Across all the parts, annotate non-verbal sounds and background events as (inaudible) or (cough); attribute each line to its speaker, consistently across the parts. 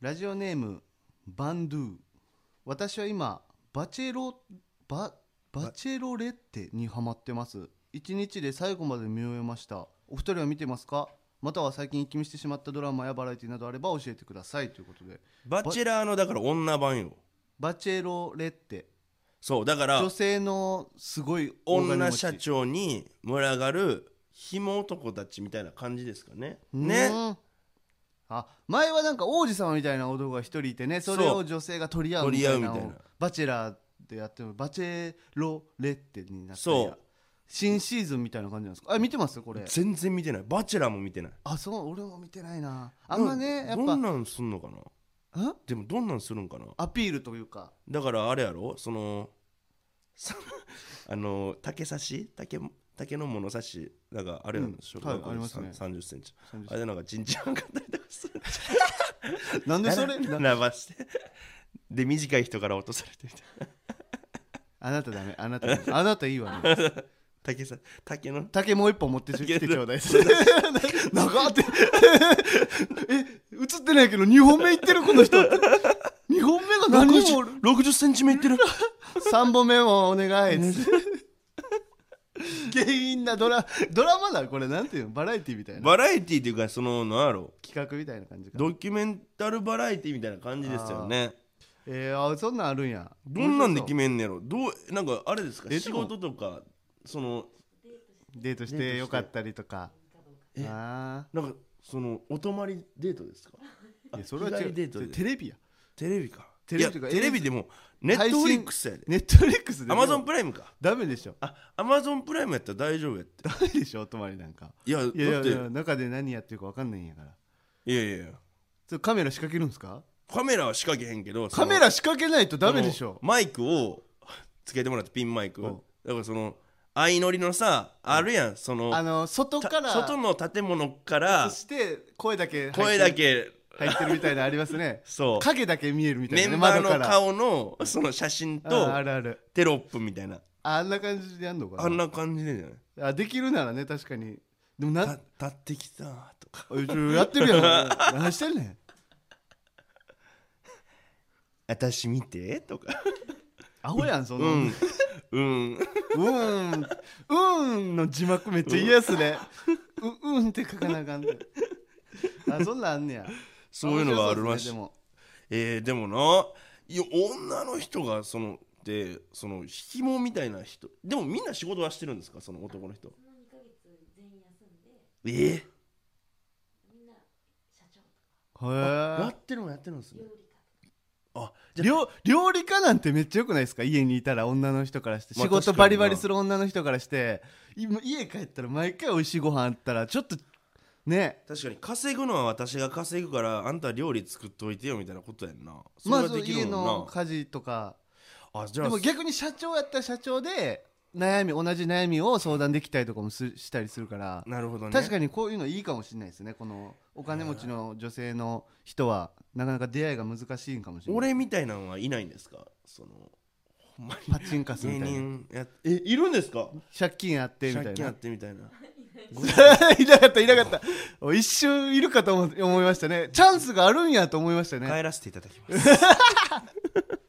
Speaker 1: ラジオネームバンドゥ私は今バチェロババチェロレッテにハマってます一日で最後まで見終えましたお二人は見てますかまたは最近一気見してしまったドラマやバラエティなどあれば教えてくださいということで
Speaker 2: バチェラーのだから女版よ
Speaker 1: バチェロレッテ
Speaker 2: そうだから
Speaker 1: 女性のすごい大金持
Speaker 2: 女
Speaker 1: ち
Speaker 2: 社長に群がるひも男たちみたいな感じですかね
Speaker 1: う
Speaker 2: ね
Speaker 1: んあ前はなんか王子様みたいな男が一人いてねそれ
Speaker 2: そ
Speaker 1: を
Speaker 2: う
Speaker 1: 女性が取り合うみたいなのを
Speaker 2: 取り合うみたいな
Speaker 1: バチェラーでやってもバチェロレッテになったり
Speaker 2: そう
Speaker 1: や新シーズンみたいな感じなんですかあ見てますこれ
Speaker 2: 全然見てないバチェラーも見てない
Speaker 1: あそう俺も見てないなあんまねやっ
Speaker 2: ど
Speaker 1: ぱ
Speaker 2: んなんすんのかなんでもどんなんするんかな
Speaker 1: アピールという
Speaker 2: (laughs)
Speaker 1: か
Speaker 2: だからあれやろそのさ (laughs) あの竹刺し竹も竹の物差しなんかあれやろ、
Speaker 1: うん
Speaker 2: 小学
Speaker 1: は
Speaker 2: 校
Speaker 1: いあり
Speaker 2: の
Speaker 1: ます
Speaker 2: さん
Speaker 1: ね
Speaker 2: 30センチあれでなんかちんちん測ったりとかする
Speaker 1: なんでそれ
Speaker 2: (laughs) な
Speaker 1: な
Speaker 2: 伸ばしてで短い人から落とされてみたいな
Speaker 1: あなたダメあなたダメあなたいいわね
Speaker 2: 竹さ竹の
Speaker 1: 竹もう一本持ってきてちょうだい (laughs) 長って (laughs) え映ってないけど2本目いってるこの人2
Speaker 2: (laughs)
Speaker 1: 本目が何人もおる
Speaker 2: 60センチ目
Speaker 1: (laughs)
Speaker 2: いってる
Speaker 1: 3本目もお願いっ
Speaker 2: (laughs)
Speaker 1: つって原因なドラドラマだこれなんていうのバラエティみたいな
Speaker 2: バラエティーっていうかそのなんやろ
Speaker 1: 企画みたいな感じか
Speaker 2: ドキュメンタルバラエティーみたいな感じですよね
Speaker 1: えー、あそんなんあるんや
Speaker 2: どんなんで
Speaker 1: 面白
Speaker 2: 決めんねやろどうなんかあれですか
Speaker 1: えでも
Speaker 2: 仕事とかその
Speaker 1: そうデートしてよかったりとか
Speaker 2: デートして
Speaker 1: あ
Speaker 2: なんかそのお泊まりデートですか
Speaker 1: あい
Speaker 2: あ
Speaker 1: やそれは違
Speaker 2: 日帰り
Speaker 1: う
Speaker 2: デートで
Speaker 1: テレビや
Speaker 2: テレビか
Speaker 1: テレビという
Speaker 2: い
Speaker 1: か
Speaker 2: やテレビでもネッ
Speaker 1: 配
Speaker 2: ト
Speaker 1: 信
Speaker 2: フリックスやで
Speaker 1: ネットフリックスで
Speaker 2: アマゾン
Speaker 1: も
Speaker 2: プライムか
Speaker 1: ダメでしょ
Speaker 2: あアマゾンプライムやったら大丈夫やって
Speaker 1: ダメでしょお泊まりなんか
Speaker 2: いや
Speaker 1: いやいや
Speaker 2: だって
Speaker 1: いや中で何やってるか分かんないんやから
Speaker 2: いやいやいや
Speaker 1: それカメラ仕掛けるんですか
Speaker 2: カメラは仕掛けへんけどそ
Speaker 1: カ
Speaker 2: の
Speaker 1: メラ仕掛けないとダメでし
Speaker 2: その
Speaker 1: ょ
Speaker 2: マイクをつけてもらってピンマイク
Speaker 1: うん
Speaker 2: をだからその相乗りのさあるやんその
Speaker 1: あの外
Speaker 2: た
Speaker 1: から
Speaker 2: 外の建物から
Speaker 1: して声だけ入ってる
Speaker 2: 声だけ
Speaker 1: 入ってるみたいなのありますね
Speaker 2: そう
Speaker 1: 影だけ見えるみたい
Speaker 2: メ
Speaker 1: な、ね、
Speaker 2: ンバーの
Speaker 1: 窓から
Speaker 2: 顔のその写真と
Speaker 1: ああるある
Speaker 2: テロップみたいな
Speaker 1: あんな感じでやんのかな
Speaker 2: あんな感じでじゃない
Speaker 1: あできるならね確かにでもな
Speaker 2: た立ってきたとか
Speaker 1: おいちょやってる
Speaker 2: (laughs)
Speaker 1: やん何してんねん
Speaker 2: 私見てとか
Speaker 1: アホやんその、
Speaker 2: う
Speaker 1: うん
Speaker 2: んうん
Speaker 1: うーん、うーんの字幕めっちゃ嫌っすね。う、うんって書かなあかんね。あ、そんなんあんねや。
Speaker 2: そういうのがあるらしい
Speaker 1: 面白そうですねでも
Speaker 2: えー、でもないや女の人がそのでその紐みたいな人でもみんな仕事はしてるんですかその男の人
Speaker 3: その2ヶ月全員休んで
Speaker 2: えー、
Speaker 3: みんな社長とか
Speaker 2: や
Speaker 1: へえ。
Speaker 2: ってるもやってるんですね
Speaker 3: 料理
Speaker 2: あじ
Speaker 3: 家とか
Speaker 2: ゃ
Speaker 1: 料料理家なんてめっちゃよくないですか家にいたら女の人からして、
Speaker 2: まあ
Speaker 1: 仕事
Speaker 2: 確か
Speaker 1: バ
Speaker 2: に
Speaker 1: リ
Speaker 2: な
Speaker 1: バリする女の人からして今家帰ったら毎回美味しいご飯あったらちょっとね
Speaker 2: あ確かに稼ぐのは私が稼ぐからあんた料理作っといてよみたいなことやんなそれ
Speaker 1: ま
Speaker 2: は
Speaker 1: ず
Speaker 2: でき
Speaker 1: 家
Speaker 2: るもんな
Speaker 1: の、家事とか
Speaker 2: あじ
Speaker 1: で
Speaker 2: ゃあ
Speaker 1: も逆に社長やったら社長で悩み同じ悩みを相談できたりとかもすしたりするから
Speaker 2: なるほどね
Speaker 1: 確かにこういうのいいかもしれないですねこのお金持ちの女性の人はなかなか出会いが難しいんかもしれない
Speaker 2: 俺みたいなのはいないんですかそのほんまに
Speaker 1: パチンカス
Speaker 2: 芸
Speaker 1: みたいな
Speaker 2: 人やえいるんですか
Speaker 1: 借金あってみた
Speaker 2: 借
Speaker 1: い
Speaker 2: 金あ
Speaker 1: な
Speaker 2: ってみたいな
Speaker 1: (laughs) いなかったいなかったお一瞬いるかと思思いましたねチャンスがあるんやと思いましたね
Speaker 2: 帰らせていただき
Speaker 1: (laughs)
Speaker 2: ます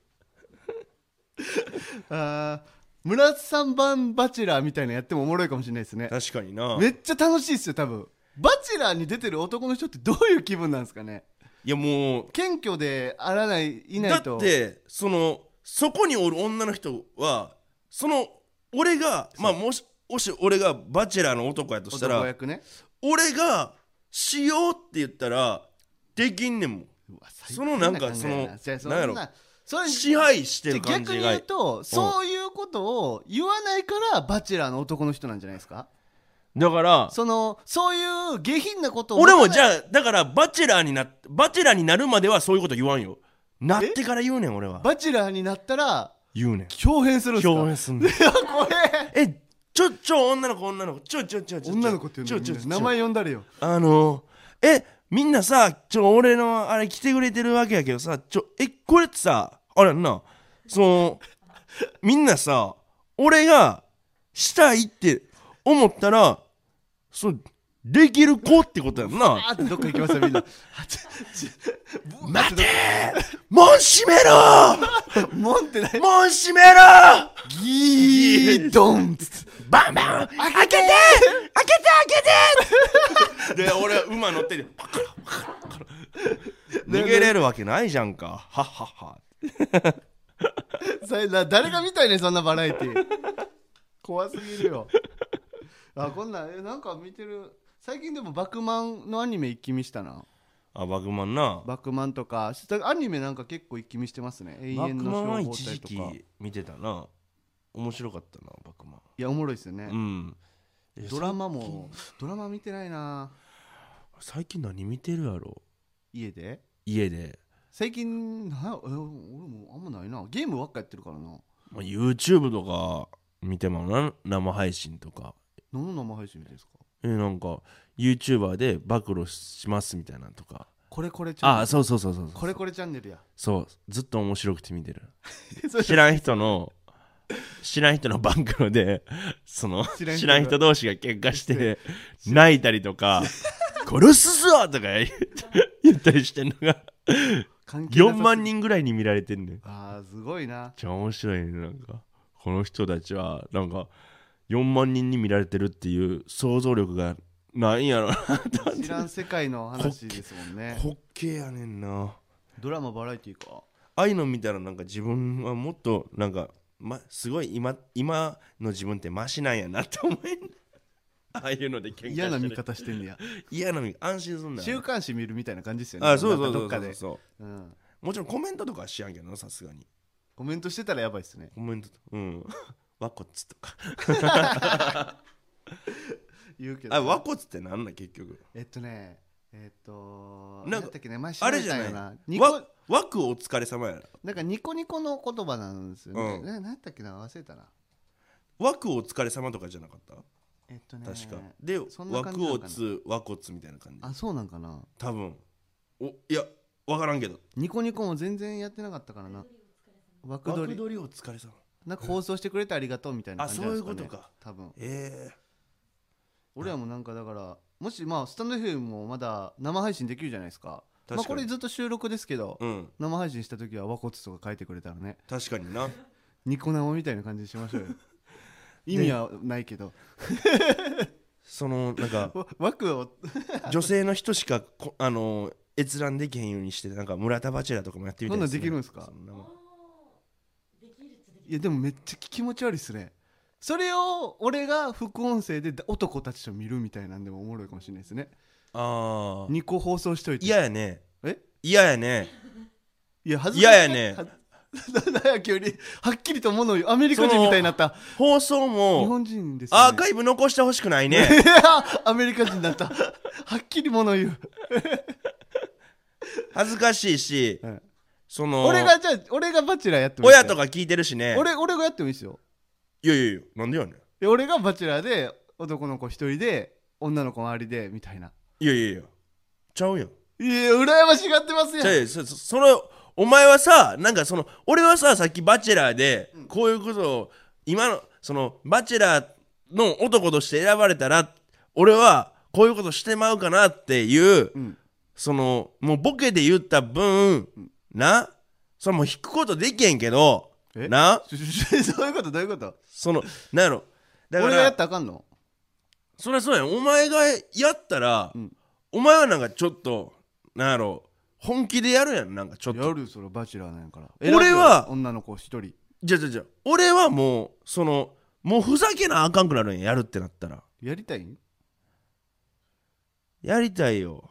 Speaker 1: あー村津さん版バチェラーみたいなのやってもおもろいかもしれないですね
Speaker 2: 確かにな
Speaker 1: めっちゃ楽しいですよ多分バチェラーに出てる男の人ってどういう気分なんですかね
Speaker 2: いやもう
Speaker 1: 謙虚であらないいな
Speaker 2: だ
Speaker 1: いと
Speaker 2: ってそのそこにおる女の人はその俺がまあもしもし俺がバチェラーの男やとした
Speaker 1: 男
Speaker 2: ら
Speaker 1: 役ね
Speaker 2: 俺がしようって言ったらできんねんもん
Speaker 1: うわ最
Speaker 2: そのなんか
Speaker 1: 高考えやなじゃあ
Speaker 2: そのなんやろ
Speaker 1: そんなそれ
Speaker 2: 支配して
Speaker 1: じゃあ
Speaker 2: る感
Speaker 1: 逆
Speaker 2: じ
Speaker 1: に
Speaker 2: が
Speaker 1: 言うとそういうことを言わないからバチェラーの男の人なんじゃないですか
Speaker 2: だから
Speaker 1: そのそういう下品なことを
Speaker 2: 俺もじ
Speaker 1: ゃ
Speaker 2: ゃあだからバチェラーになバチェラーになるまではそういうこと言わんよなってから言うねん俺は
Speaker 1: バチェラーになったら
Speaker 2: 言うねん
Speaker 1: 豹変するんですか
Speaker 2: 共演すんねん
Speaker 1: いや怖え
Speaker 2: えちょちょ女の子女の子ちょちょちょちょ
Speaker 1: 女の子っていう
Speaker 2: ち
Speaker 1: の
Speaker 2: ょ
Speaker 1: に
Speaker 2: ちょちょ
Speaker 1: 名前呼んだれよ
Speaker 2: あのえみんなさちょ俺のあれ来てくれてるわけやけどさちょえこれってさあれやんなそのみんなさ俺がしたいって思ったらそうできる子ってことやん
Speaker 1: (laughs)
Speaker 2: な
Speaker 1: あーってどっか行きましたみんな
Speaker 2: 待て門閉めろ
Speaker 1: もんってない
Speaker 2: 門閉めろ
Speaker 1: ギードンっつって
Speaker 2: バンバン開けて開けて開けて (laughs) で俺は馬乗っててパカラパカラパカラ逃げれるわけないじゃんかはっはっは
Speaker 1: それな誰が見たいねんそんなバラエティー怖すぎるよあこんなんえなんか見てる最近でも「バクマン」のアニメ一気見したな
Speaker 2: あバグマンな
Speaker 1: 「バクマン」とかしたアニメなんか結構一気見してますね永
Speaker 2: バク
Speaker 1: 遠
Speaker 2: マン
Speaker 1: の
Speaker 2: は
Speaker 1: 消防
Speaker 2: 一
Speaker 1: 隊
Speaker 2: 時
Speaker 1: とか
Speaker 2: 期見てたな面白かったなバクマン
Speaker 1: いやおもろいですよね、
Speaker 2: うんえ
Speaker 1: ドラマもドラマ見てないな
Speaker 2: さ最近何見てるやろ
Speaker 1: 家で
Speaker 2: 家で、
Speaker 1: 最近なえ俺もあんまないなゲームばっかやってるからな
Speaker 2: まあ、YouTube とか見てもな生配信とか
Speaker 1: 何の生配信見てるんですか
Speaker 2: えなんか YouTuber で暴露しますみたいなのとか
Speaker 1: これこれチャンネ
Speaker 2: あ
Speaker 1: ル
Speaker 2: そうそうそうそうそう
Speaker 1: これこれチャンネルや
Speaker 2: そうずっと面白くて見てる (laughs) 知らん人の知らん人の暴露でその
Speaker 1: 知らん人が
Speaker 2: 知らん人同士が喧嘩して泣いたりとか「殺すぞ!」とか言って言ったりしてんのが
Speaker 1: (laughs) 関係な
Speaker 2: 4
Speaker 1: さすぎ
Speaker 2: 万人ぐらいに見られてんねんめっ
Speaker 1: あーすごいな
Speaker 2: ちゃ面白いねなんかこの人たちはなんか4万人に見られてるっていう想像力がないんやろな
Speaker 1: 知らん世界の話ですもんね
Speaker 2: 滑稽やねんな
Speaker 1: ドラマバラエティーか
Speaker 2: ああいうの見たらなんか自分はもっとなんか、ま、すごい今今の自分ってマシなんやなって思えんああいうので喧嘩してる
Speaker 1: 嫌な見方してんねや
Speaker 2: 嫌な見方安心すんなよ
Speaker 1: 週刊誌見るみたいな感じですよね
Speaker 2: あそうそう
Speaker 1: なんか
Speaker 2: そ
Speaker 1: どっ
Speaker 2: うそ
Speaker 1: か
Speaker 2: う
Speaker 1: で
Speaker 2: そう
Speaker 1: うん
Speaker 2: もちろんコメントとかはしやんけどなさすがに
Speaker 1: コメントしてたらやばいっすね
Speaker 2: コメントと
Speaker 1: (laughs)
Speaker 2: うんわこっつとか
Speaker 1: 言うけど
Speaker 2: あわこっつってなんなん結局
Speaker 1: えっとねえっと
Speaker 2: な
Speaker 1: 何
Speaker 2: んか
Speaker 1: だったっけね前調
Speaker 2: あれ
Speaker 1: べ
Speaker 2: じゃ
Speaker 1: た
Speaker 2: な
Speaker 1: よ
Speaker 2: い
Speaker 1: な
Speaker 2: わ
Speaker 1: ニコ
Speaker 2: わくお疲れ様やな
Speaker 1: なんかニコニコの言葉なんですよね、
Speaker 2: うん
Speaker 1: ななんだったっけな忘れたな
Speaker 2: わくお疲れ様とかじゃなかった
Speaker 1: えっとね
Speaker 2: 確かで
Speaker 1: そんな
Speaker 2: わ
Speaker 1: 感じ
Speaker 2: く
Speaker 1: なの
Speaker 2: お
Speaker 1: かな
Speaker 2: つわこつみたいな感じ
Speaker 1: あそうなんかな
Speaker 2: 多分おいやわからんけど
Speaker 1: ニコニコも全然やってなかったからな枠
Speaker 2: わ
Speaker 1: 取
Speaker 2: く
Speaker 1: り
Speaker 2: どりお疲れ様
Speaker 1: なんか放送してくれてありがとうみたいな感じなんですか、ね、
Speaker 2: あそういうことか
Speaker 1: 多分
Speaker 2: ええ
Speaker 1: 俺らもなんかだからもしまあスタンド FM もまだ生配信できるじゃないですか
Speaker 2: 確かに
Speaker 1: まあ、これずっと収録ですけど、
Speaker 2: うん
Speaker 1: 生配信した時は和骨とか書いてくれたらね
Speaker 2: 確かにな
Speaker 1: ニコ生みたいな感じにしましょ
Speaker 2: (laughs)
Speaker 1: うよ意味はないけど
Speaker 2: そのなん (laughs) か
Speaker 1: わ枠を
Speaker 2: 女性の人しかこあのー閲覧できへんようにしてなんか村田バチェラーとかもやってみたい
Speaker 1: そんなんできるんすか
Speaker 2: そなもん
Speaker 3: できるっちゃでき
Speaker 1: いやでもめっちゃ気持ち悪いっすねそれを俺が副音声で男たちと見るみたいなんでもおもろいかもしれないですね
Speaker 2: ああ
Speaker 1: 2個放送しといて
Speaker 2: 嫌やね
Speaker 1: え
Speaker 2: 嫌やね
Speaker 1: いや恥ず
Speaker 2: 嫌
Speaker 1: かし
Speaker 2: や
Speaker 1: い
Speaker 2: ね
Speaker 1: なんや急にはっきりと物を言うアメリカ人みたいになった
Speaker 2: 放送
Speaker 1: 日
Speaker 2: も
Speaker 1: 本人ですよね
Speaker 2: アーカイブ残してほしくないね
Speaker 1: いや (laughs) アメリカ人だったはっきり物言う、
Speaker 2: 恥ずかしいし
Speaker 1: はい
Speaker 2: その
Speaker 1: 俺がじゃあ俺がバチェラーやってもいい
Speaker 2: 親と
Speaker 1: か、
Speaker 2: か聞いてるしね
Speaker 1: 俺俺がやってもいいですよ
Speaker 2: いやいやいやなんでやねん
Speaker 1: で俺がバチェラーで男の子一人で女の子周りでみたいない
Speaker 2: やいやいやちゃうやん
Speaker 1: いや羨ましがって
Speaker 2: (laughs)
Speaker 1: ますや
Speaker 2: じゃ
Speaker 1: ん
Speaker 2: あそそそのお前はさなんかその俺はささっき「バチェラー」でこういうことを今のその「バチェラー」の男として選ばれたら俺はこういうことしてまうかなっていう、
Speaker 1: ん
Speaker 2: そのもうボケで言った分、なそれもう引くことできへんけど
Speaker 1: え
Speaker 2: な
Speaker 1: そういうことどういうこと
Speaker 2: そのなんやろだか
Speaker 1: 俺がやっ
Speaker 2: ら
Speaker 1: たらあかんの
Speaker 2: そりゃそうやんお前がやったら、
Speaker 1: ん
Speaker 2: お前はなんかちょっとなんやろ本気でやるやんなんかちょっと
Speaker 1: やるよそれバチェラーなんやから
Speaker 2: 俺は
Speaker 1: 選ぶよ女の子一人
Speaker 2: じゃあじゃあじゃあ俺はもうそのもうふざけなあかんくなるんややるってなったら
Speaker 1: やりたいん
Speaker 2: やりたい
Speaker 1: (laughs)
Speaker 2: よ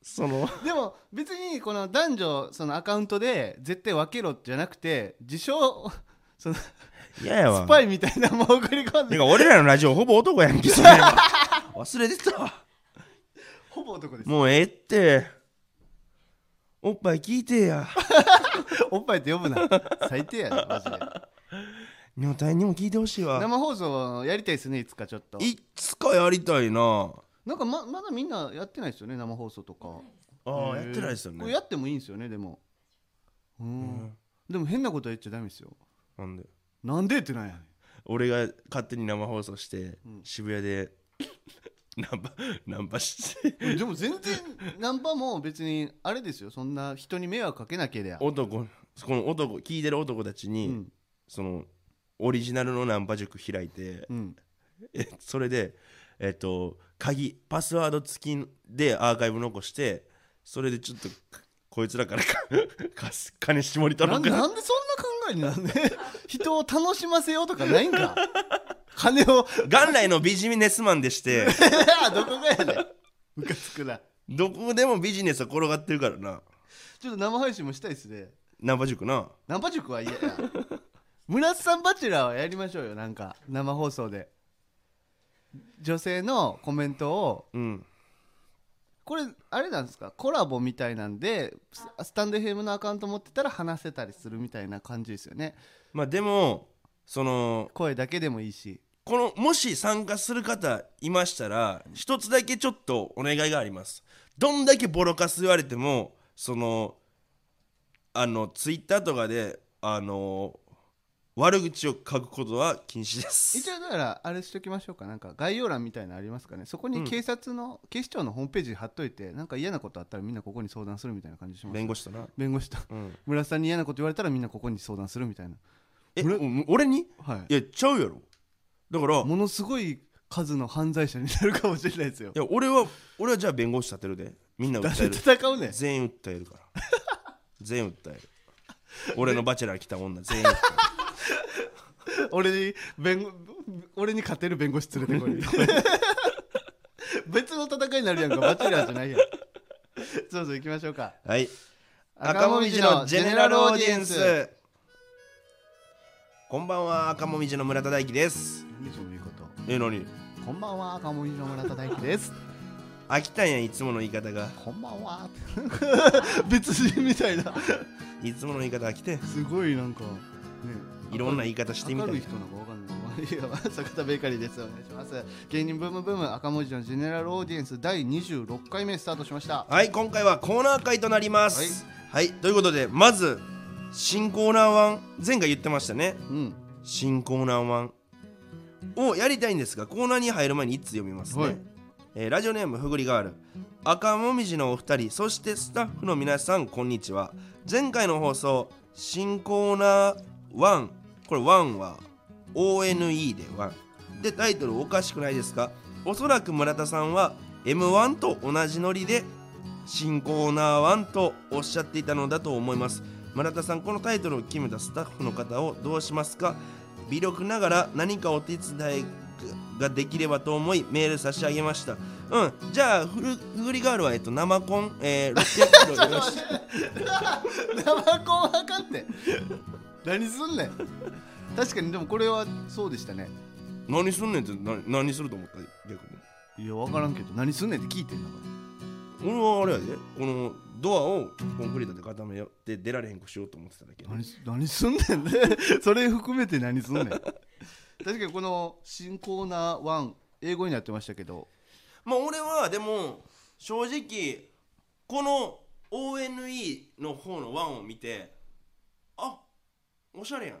Speaker 2: その
Speaker 1: でも別にこの男女そのアカウントで絶対分けろじゃなくて自
Speaker 2: (laughs)
Speaker 1: 称そのス
Speaker 2: 嫌やわ
Speaker 1: パイみたいなもん送り込ん
Speaker 2: て
Speaker 1: で
Speaker 2: か俺らのラジオほぼ男やん
Speaker 1: (laughs)
Speaker 2: けそれ忘れてたわ
Speaker 1: ほぼ男
Speaker 2: (laughs)
Speaker 1: です
Speaker 2: もうええっておっぱい聞いてや
Speaker 1: おっぱいって呼ぶな最低やなマジで
Speaker 2: 女体にも聞いてほしいわ
Speaker 1: 生放送やりたいですねいつかちょっと
Speaker 2: いつかやりたいな
Speaker 1: なんかままだみんなやってないですよね生放送とか
Speaker 2: ああ
Speaker 1: へ
Speaker 2: や
Speaker 1: ー
Speaker 2: ってないですよ
Speaker 1: これ
Speaker 2: ね
Speaker 1: やってもいいんですよねでもうん
Speaker 2: うん
Speaker 1: でも変なことは言っちゃダメですよ
Speaker 2: なんで
Speaker 1: なんでってなんやねん
Speaker 2: 俺が勝手に生放送して渋谷で (laughs) ナンパナンパして
Speaker 1: でも全然ナンパも別にあれですよそんな人に迷惑かけなけ
Speaker 2: (laughs)
Speaker 1: りゃ
Speaker 2: 男この男聞いてる男たちに、
Speaker 1: うん
Speaker 2: そのオリジナルのナンパ塾開いて、
Speaker 1: うん
Speaker 2: えそれでえっと鍵パスワード付きでアーカイブ残してそれでちょっとかこいつらから (laughs) かかす金絞り取ろ
Speaker 1: な
Speaker 2: うかな
Speaker 1: なんでそんな考えになんね人を楽しませようとかないんか金を (laughs)
Speaker 2: 元来のビジネスマンでして
Speaker 1: どこがやねんムカつくな
Speaker 2: どこでもビジネスは転がってるからな
Speaker 1: ちょっと生配信もしたいですね
Speaker 2: ナンパ塾な
Speaker 1: ナンパ塾は嫌や村瀬さんバチェラーはやりましょうよなんか生放送で女性のコメントを
Speaker 2: うん
Speaker 1: これあれなんですかコラボみたいなんでススタンド FM のアカウント持ってたら話せたりするみたいな感じですよね
Speaker 2: まあでもその
Speaker 1: 声だけでもいいし
Speaker 2: このもし参加する方いましたら一つだけちょっとお願いがありますどんだけボロカス言われてもそのあのツイッターとかであの悪口を書くことは禁止で
Speaker 1: 一
Speaker 2: す
Speaker 1: 応だからあれしときましょうかなんか概要欄みたいなのありますかねそこ
Speaker 2: うん
Speaker 1: に警察の、警視庁のホームページ貼っといてなんか嫌なことあったらみんなここに相談するみたいな感じします
Speaker 2: 弁護士とな、
Speaker 1: 弁護士と
Speaker 2: うん、
Speaker 1: 村瀬さんに嫌なこと言われたらみんなここに相談するみたいな
Speaker 2: えお俺に
Speaker 1: はい
Speaker 2: いやちゃうやろだからい
Speaker 1: ものすごい数の犯罪者になるかもしれないですよ。
Speaker 2: や俺は俺はじゃあ弁護士立てるでみんな訴え
Speaker 1: 誰
Speaker 2: る
Speaker 1: と戦うねん。
Speaker 2: 全員訴えるから全員訴える俺のバチェラー来た女全員訴える
Speaker 1: 俺に弁護俺に勝てる弁護士連れてこい。
Speaker 2: (laughs)
Speaker 1: 別の戦いになるやんか。バチェラーじゃないやん。そうそう行きましょうか。
Speaker 2: はい赤もみじのジェネラルオーディエンスこんばんは赤もみじの村田大樹です
Speaker 1: 何その言い方。
Speaker 2: え何
Speaker 1: こんばんは赤森の村田大樹
Speaker 2: (laughs)
Speaker 1: です。
Speaker 2: 飽きたんやいつもの言い方が
Speaker 1: こんばん
Speaker 2: (laughs)
Speaker 1: は。別人みたいな。
Speaker 2: いつもの言い方飽きて
Speaker 1: すごいなんかね。
Speaker 2: いろんな言い方してみ
Speaker 1: 明
Speaker 2: た
Speaker 1: るい
Speaker 2: い
Speaker 1: 人なんかわかんない。いや坂田ベーカリーです。お願いします。芸人ブームブーム赤文字のジェネラルオーディエンス第26回目スタートしました。
Speaker 2: はい今回はコーナー会となりますはい、ということでまず新コーナー1前回言ってましたね
Speaker 1: うん。
Speaker 2: 新コーナー1をやりたいんですがコーナーに入る前に1つ読みますね、
Speaker 1: はい
Speaker 2: えーラジオネームふぐりガール赤もみじのお二人そしてスタッフの皆さんこんにちは前回の放送新コーナー1これ1は ONE で1でタイトルおかしくないですかおそらく村田さんは M1 と同じノリで新コーナー1とおっしゃっていたのだと思います村田さんこのタイトルを決めたスタッフの方をどうしますか微力ながら何かお手伝いができればと思いメール差し上げましたうんじゃあふるふぐりガールはえっと生コン、えー、600キロよろし
Speaker 1: 生コンあかんねん。何すんねん。確かにでもこれはそうでしたね。
Speaker 2: 何すんねんって何何すると思った逆に
Speaker 1: いや分からんけど何すんねんって聞いてんだか
Speaker 2: 俺はあれやでこのドアをコンクリートで固めて出られへんくしようと思ってただけ
Speaker 1: ら。何す何すんねんね。 (laughs) それ含めて何すんねん。確かにこの新コーナー1英語になってましたけど。
Speaker 2: まあ俺はでも正直この ONE の方のワンを見てあおしゃれやん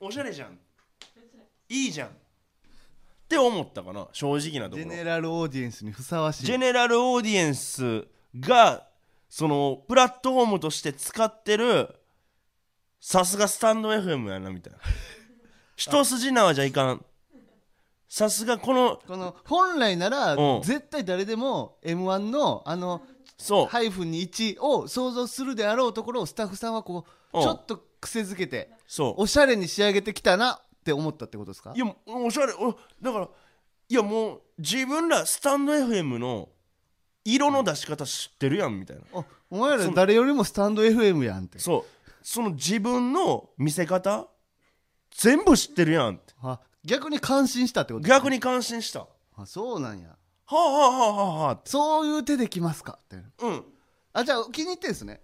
Speaker 2: おしゃれじゃんいいじゃんって思ったかな正直なとこ
Speaker 1: ジ
Speaker 2: ろ
Speaker 1: ェネラルオーディエンスにふさわしい。
Speaker 2: ジェネラルオーディエンスがそのプラットフォームとして使ってるさすがスタンド FM やなみ
Speaker 1: (laughs)
Speaker 2: たいな一筋縄じゃいかんさすがこの
Speaker 1: この本来なら
Speaker 2: うん
Speaker 1: 絶対誰でも m 1のあの
Speaker 2: そう、
Speaker 1: ハイフンに1を想像するであろうところをスタッフさんはこう
Speaker 2: うん
Speaker 1: ちょっと癖づけて
Speaker 2: そう
Speaker 1: おしゃれに仕上げてきたなって思ったってことですか
Speaker 2: いやおしゃれおだからいやもう自分らスタンド FM の色の出し方知ってるやんみたいな
Speaker 1: おお前ら誰よりもスタンド FM やんって
Speaker 2: そうその自分の見せ方全部知ってるやんって
Speaker 1: あ逆に感心したってこと
Speaker 2: 逆に感心したは
Speaker 1: あそうなんや
Speaker 2: あはあはあはあはあって
Speaker 1: そういう手できますかって
Speaker 2: うん
Speaker 1: あじゃあ気に入ってんすね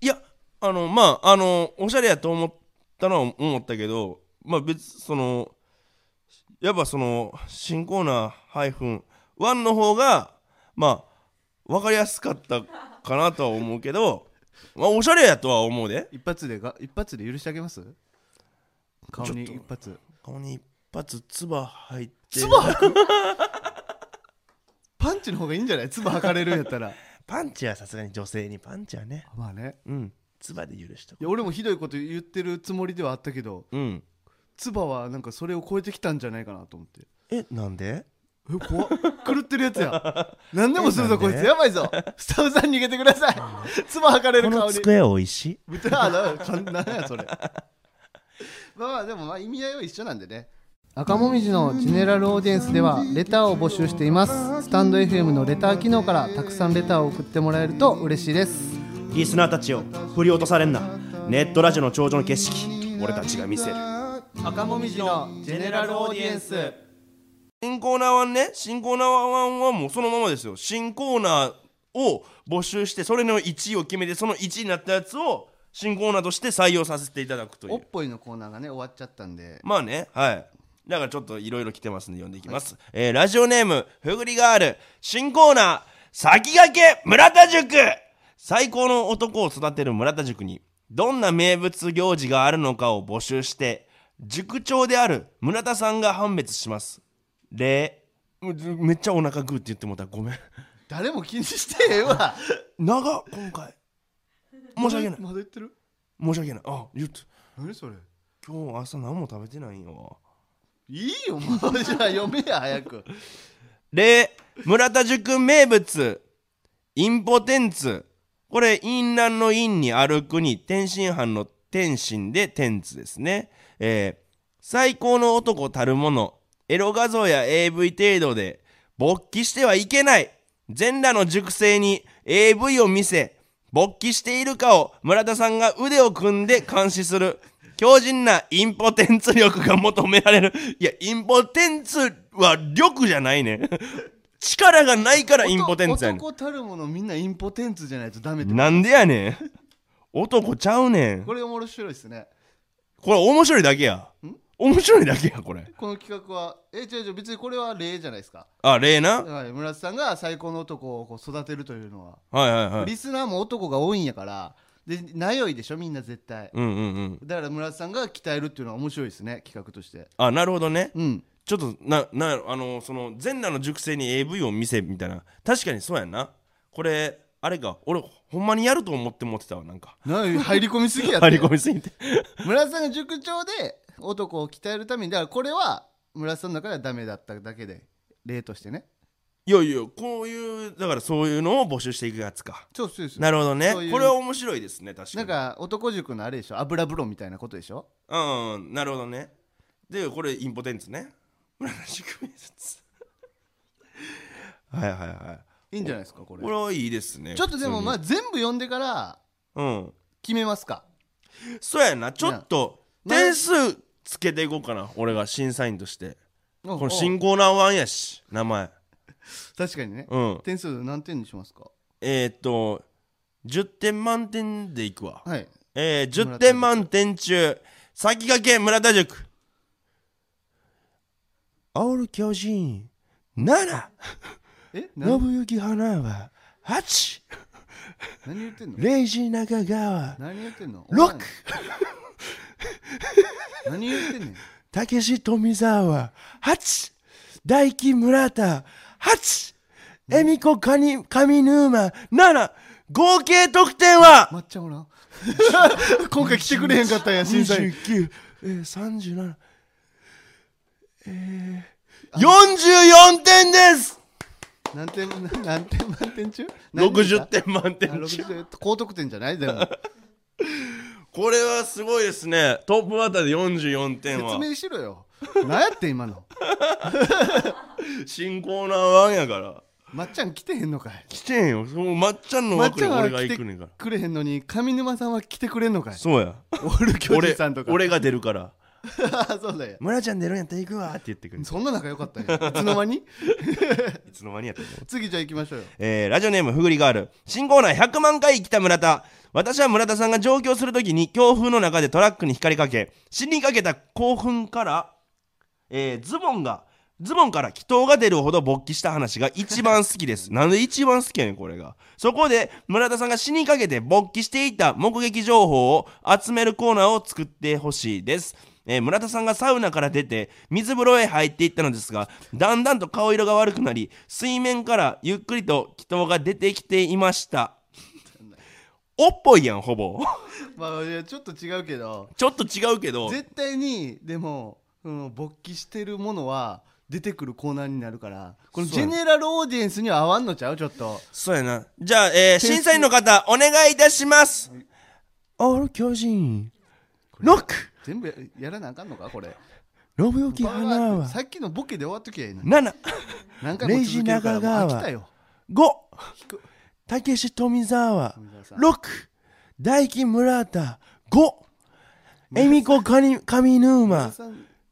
Speaker 2: いやあのまああのおしゃれやと思ったのは思ったけどまあ別そのやっぱその新コーナーハイフン1の方がまあ分かりやすかったかなとは思うけどまあおしゃれやとは思うで
Speaker 1: 一発でが一発で許してあげます顔に
Speaker 2: ちょっと
Speaker 1: 一発
Speaker 4: (laughs)
Speaker 2: 顔に一発唾入って
Speaker 1: 唾吐く
Speaker 4: チの方がいいんじゃない唾吐かれるんやったら
Speaker 2: パンチはさすがに女性にパンチはね
Speaker 4: まあね
Speaker 2: うん唾で許しと
Speaker 4: い
Speaker 2: こ
Speaker 4: や俺もひどいこと言ってるつもりではあったけど
Speaker 2: ううん
Speaker 4: 唾はなんかそれを超えてきたんじゃないかなと思って
Speaker 2: えなんで
Speaker 4: え怖っ (laughs) 狂ってるやつや何でもするぞ
Speaker 2: えな
Speaker 4: こ
Speaker 2: ん
Speaker 4: い
Speaker 2: で
Speaker 4: つやばいぞスタッフさん逃げてください (laughs) 唾吐かれ
Speaker 2: こ
Speaker 4: る
Speaker 2: の
Speaker 4: 顔に
Speaker 2: 机おいしい
Speaker 4: (laughs) 豚はななんやそれ (laughs) まあまあでもまあ意味合いは一緒なんでね赤もみじのジェネラルオーディエンスではレターを募集していますスタンド FM のレター機能からたくさんレターを送ってもらえると嬉しいです
Speaker 1: リスナーたちを振り落とされんなネットラジオの頂上の景色俺たちが見せる
Speaker 4: 赤もみじのジェネラルオーディエンス
Speaker 2: 新コーナー1ね新コーナー1はもうそのままですよ新コーナーを募集してそれの1位を決めてその1位になったやつを新コーナーとして採用させていただくとい
Speaker 4: おっ
Speaker 2: う
Speaker 4: ぽいのコーナーがね終わっちゃったんで
Speaker 2: まあねはいだからちょっといろいろ来てますんで読んでいきます、えーラジオネームふぐりガール新コーナー先駆け村田塾最高の男を育てる村田塾にどんな名物行事があるのかを募集して塾長である村田さんが判別します例うずめっちゃお腹グーって言ってもうたごめん
Speaker 4: 誰も気にしてへんわ (laughs)
Speaker 2: 長っ今回申し訳ない
Speaker 4: まだ言ってる
Speaker 2: 申し訳ないあ言って
Speaker 4: 何それ
Speaker 2: 今日朝何も食べてないよ
Speaker 4: いいよもう (laughs) じゃあ読めや早く
Speaker 2: 例村田塾名物インポテンツこれ陰乱の陰に歩くに天津飯の天津で天津ですねえー最高の男たるものエロ画像や AV 程度で勃起してはいけない全裸の塾生に AV を見せ勃起しているかを村田さんが腕を組んで監視する強靭なインポテンツ力が求められるいやインポテンツは力じゃないね力がない (laughs) からインポテンツやねん
Speaker 4: 男たるものみんなインポテンツじゃないとダメってこと
Speaker 2: なんでやねん男ちゃうねんこ
Speaker 4: これ面白いですね
Speaker 2: れ面白いだけや面白いだけやこれ
Speaker 4: この企画はえ違う違う別にこれは例じゃないですか
Speaker 2: あ例なはい
Speaker 4: はい村田さんが最高の男をこう育てるというのは、
Speaker 2: はいはい
Speaker 4: リスナーも男が多いんやからで悩いでしょみんな絶対、
Speaker 2: うんうんうん
Speaker 4: だから村田さんが鍛えるっていうのは面白いですね企画として
Speaker 2: あなるほどね
Speaker 4: うん
Speaker 2: ちょっとななんやろあのその全裸の熟成に AV を見せみたいな確かにそうやんなこれあれか俺ほんまにやると思って持ってたわなんか
Speaker 4: な入り込みすぎや
Speaker 2: (laughs)
Speaker 4: っ
Speaker 2: 張
Speaker 4: て
Speaker 2: り込みすぎて
Speaker 4: 村田さんが塾長で男を鍛えるためにだからこれは村田さんの中ではダメだっただけで例としてね
Speaker 2: いやいやこういうだからそういうのを募集していくやつか
Speaker 4: そうそうです
Speaker 2: なるほどね
Speaker 4: そういう
Speaker 2: これは面白いですね確か
Speaker 4: なん
Speaker 2: に
Speaker 4: か男塾のあれでしょ油風呂みたいなことでしょ
Speaker 2: うんうんなるほどねでこれインポテンツね村田宿名説はいはいはい
Speaker 4: いいんじゃないですかこれ
Speaker 2: これはいいですね
Speaker 4: ちょっとでもまあ全部読んでから
Speaker 2: あうん
Speaker 4: 決めますか
Speaker 2: そうやなちょっと
Speaker 4: な
Speaker 2: 点数つけていこうかな俺が審査員として
Speaker 4: こ
Speaker 2: この新コーナーワンやし名前
Speaker 4: 確かにね、
Speaker 2: うん
Speaker 4: 点数何点にしますか
Speaker 2: えー、っと10点満点でいくわ、
Speaker 4: はい
Speaker 2: えー、10点満点中先駆け村田塾オール巨人7
Speaker 4: えな
Speaker 2: 信行花は8
Speaker 4: 何言ってんの
Speaker 2: レイジー中川
Speaker 4: 何言ってんの
Speaker 2: ロッ
Speaker 4: お前何言ってんねん
Speaker 2: たけし富澤は8大輝村田8恵美子かに上沼7合計得点は
Speaker 4: まっちゃんおら
Speaker 2: (laughs)
Speaker 4: ん今回来てくれへんかったんや審査員
Speaker 2: 29えー、37えー、44点です
Speaker 4: 何点な何点満点中何人い
Speaker 2: 60
Speaker 4: た
Speaker 2: 点満
Speaker 4: あ
Speaker 2: 点中
Speaker 4: 60点高得点じゃないでも
Speaker 2: これはすごいですねトップバッターで44点は
Speaker 4: 説明しろよ何やってん今の
Speaker 2: 新コーナー1やから
Speaker 4: まっちゃん来てへんのかい
Speaker 2: 来てんよそうまっちゃんの
Speaker 4: まっ
Speaker 2: 枠
Speaker 4: ち
Speaker 2: に
Speaker 4: ゃんは
Speaker 2: 俺が行
Speaker 4: 来て
Speaker 2: くねんから
Speaker 4: くれへんのに上沼さんは来てくれんのかい
Speaker 2: そうや
Speaker 4: オール巨人さんとか (laughs)
Speaker 2: 俺俺が出るから
Speaker 4: そうだよ
Speaker 2: 村ちゃん出るんやったら行くわって言ってくる
Speaker 4: そんな仲良かったん
Speaker 2: (laughs)
Speaker 4: やいつの間に
Speaker 2: いつの間にやったの
Speaker 4: 次じゃあ行きましょうよ
Speaker 2: えーラジオネームふぐりガール新コーナー100万回来た村田私は村田さんが上京するときに強風の中でトラックに光りかけ死にかけた興奮から、えーズボンがズボンから祈祷が出るほど勃起した話が一番好きですなんで一番好きやねんこれがそこで村田さんが死にかけて勃起していた目撃情報を集めるコーナーを作ってほしいですえー村田さんがサウナから出て水風呂へ入っていったのですがだんだんと顔色が悪くなり水面からゆっくりと祈祷が出てきていましたおっぽいやんほぼ (laughs)
Speaker 4: まあいやちょっと違うけど
Speaker 2: ちょっと違うけど
Speaker 4: 絶対にでも、うん、勃起してるものは出てくるコーナーになるからこの
Speaker 2: そう
Speaker 4: ジェネラルオーディエンスには合わんのちゃうちょっと
Speaker 2: そうやなじゃあ、えー審査員の方お願いいたしますオール巨人ノック
Speaker 4: 全部ややらなあかんのかこれ
Speaker 2: 信行花は
Speaker 4: さっきのボケで終わっときゃいいのに
Speaker 2: 7
Speaker 4: 何回も続けるから
Speaker 2: レジ中川
Speaker 4: もう飽きたよ
Speaker 2: 5たけし富澤
Speaker 4: 澤さん
Speaker 2: 6大輝村田5恵美子かに上沼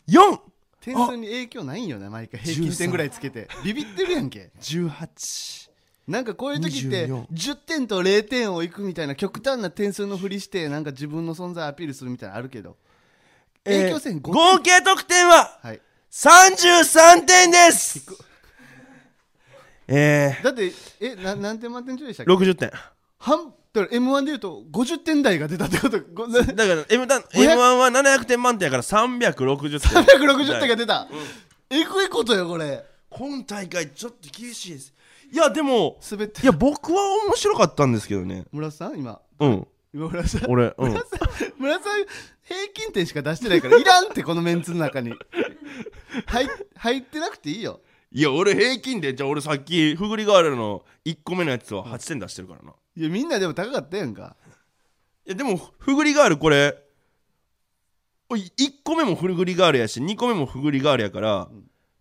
Speaker 2: 4
Speaker 4: 点数に影響ないんよな毎回平均点ぐらいつ
Speaker 2: (laughs)
Speaker 4: けてビビってるやんけ
Speaker 2: 18
Speaker 4: なんかこういう時って
Speaker 2: 24
Speaker 4: 10点と0点をいくみたいな極端な点数のふりしてなんか自分の存在アピールするみたいなのあるけど影響せん
Speaker 2: えー
Speaker 4: ご
Speaker 2: 合計得点は
Speaker 4: はい
Speaker 2: 33点ですえ
Speaker 4: だってえな何点満点中でしたっ
Speaker 2: ー、
Speaker 4: け
Speaker 2: 60点
Speaker 4: 半だから m 1で言うと50点台が出たってことご (laughs) 360
Speaker 2: だから M だ M1 は700点満点やから360点
Speaker 4: 点が出た、えぐいことよこれ
Speaker 2: 今大会ちょっと厳しいですいやでも
Speaker 4: 滑って
Speaker 2: いや僕は面白かったんですけどね
Speaker 4: 村瀬さん今
Speaker 2: うん
Speaker 4: 今村瀬さん
Speaker 2: 俺うん
Speaker 4: 村瀬さん村瀬さん平均点しか出してないからいらんってこのメンツの中に入入ってなくていいよ
Speaker 2: いや俺平均でじゃあ俺さっきフグリガールの1個目のやつは8点出してるからない
Speaker 4: やみんなでも高かったやんか
Speaker 2: いやでもフグリガールこれおい1個目もフグリガールやし2個目もフグリガールやから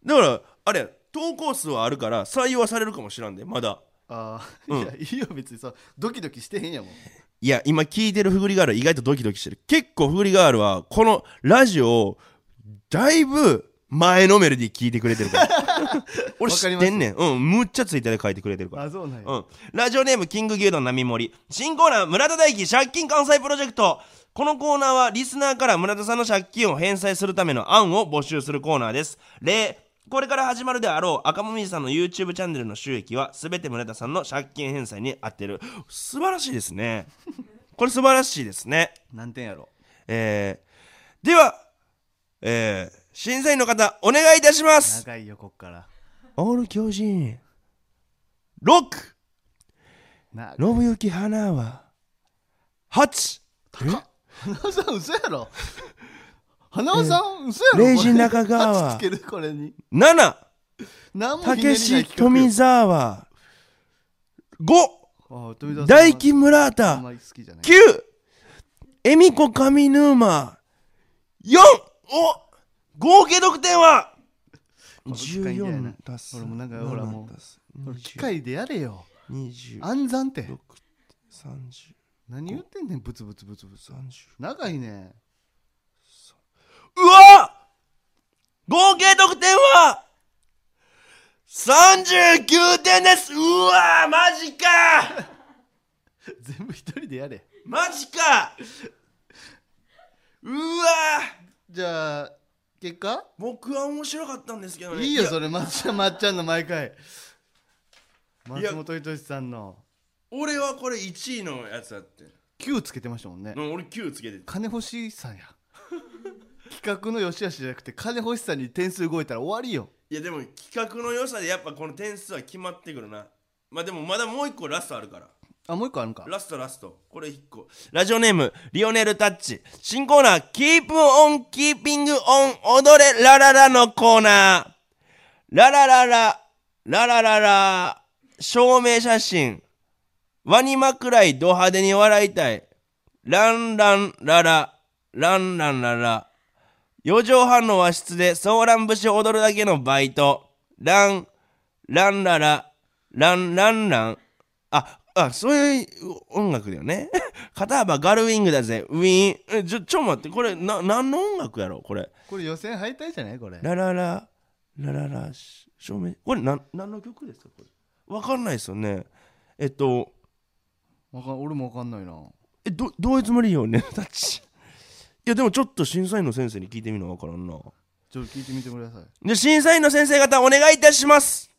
Speaker 2: だからあれ投稿数はあるから採用はされるかもしらんでまだ
Speaker 4: あ
Speaker 2: うん
Speaker 4: ーいやいいよ別にそうドキドキしてへんやもん
Speaker 2: いや今聞いてるフグリガールは意外とドキドキしてる結構フグリガールはこのラジオをだいぶ前のめりで聞いてくれてるから俺知ってんねんうんむっちゃツイッターで書いてくれてるから
Speaker 4: あそうなんや、
Speaker 2: うん、ラジオネームキング牛丼並盛新コーナー村田大輝借金関西プロジェクトこのコーナーはリスナーから村田さんの借金を返済するための案を募集するコーナーです例これから始まるであろう赤もみじさんの YouTube チャンネルの収益は全て村田さんの借金返済に充てる素晴らしいですねこれ素晴らしいですね
Speaker 4: 何点やろ
Speaker 2: えー、ではえー、審査員の方お願いいたします
Speaker 4: 長いよこっから
Speaker 2: オール巨人ロック
Speaker 4: な
Speaker 2: 信行花は8
Speaker 4: 花輪さん嘘や (laughs) ろ花輪さん嘘やろ
Speaker 2: レイジ中川
Speaker 4: はつけるこれに
Speaker 2: 7
Speaker 4: 何も
Speaker 2: たけ
Speaker 4: ひねりな
Speaker 2: し
Speaker 4: い企画
Speaker 2: 富
Speaker 4: よ
Speaker 2: 澤は5
Speaker 4: あー富澤さんは
Speaker 2: 大輝村
Speaker 4: あん
Speaker 2: 田
Speaker 4: まり好きじゃない
Speaker 2: 9恵美子上沼4お合計得点は14足す
Speaker 4: 俺もなんかほらもう
Speaker 2: 7足す
Speaker 4: これ機械でやれよ
Speaker 2: 20 26
Speaker 4: 暗算って
Speaker 2: 30
Speaker 4: 何言ってんねんブツブツブツブツ
Speaker 2: 30
Speaker 4: 長いね
Speaker 2: うわ合計得点は39点ですうわマジか
Speaker 4: 全部一人でやれ
Speaker 2: マジかうわ
Speaker 4: じゃあ結果
Speaker 2: 僕は面白かったんですけどね
Speaker 4: いいよそ
Speaker 2: れ
Speaker 4: れまっちゃんまっちゃんの毎回
Speaker 2: や
Speaker 4: 松本人志さんの
Speaker 2: 俺はこれ1位のやつだって
Speaker 4: 9つけてましたもんね
Speaker 2: うん俺9つけてた
Speaker 4: 金欲しさんや (laughs) 企画の良し悪しじゃなくて金欲しさに点数動いたら終わりよ
Speaker 2: いやでも企画の良さでやっぱこの点数は決まってくるなまあでもまだもう1個ラストあるから
Speaker 4: あもう一個あるんか
Speaker 2: ラストラストこれ一個ラジオネームリオネルタッチ新コーナーキープオンキーピングオン踊れラララのコーナーララララララララ証明写真ワニマくらいド派手に笑いたいランランララランランララ4畳半の和室でソーラン節を踊るだけのバイトランランララランランランああそういう音楽だよね (laughs) 片幅ガルウィングだぜウィーンえちょちょ待ってこれな何の音楽やろこれ
Speaker 4: これ予選敗退じゃないこれ
Speaker 2: ララララララし照明これなん何の曲ですかこれわかんないですよねえっと
Speaker 4: わかん俺もわかんないな
Speaker 2: えどどういうつもりよね (laughs) たちいやでもちょっと審査員の先生に聞いてみなわからんな
Speaker 4: ちょっと聞いてみてください
Speaker 2: で審査員の先生方お願いいたします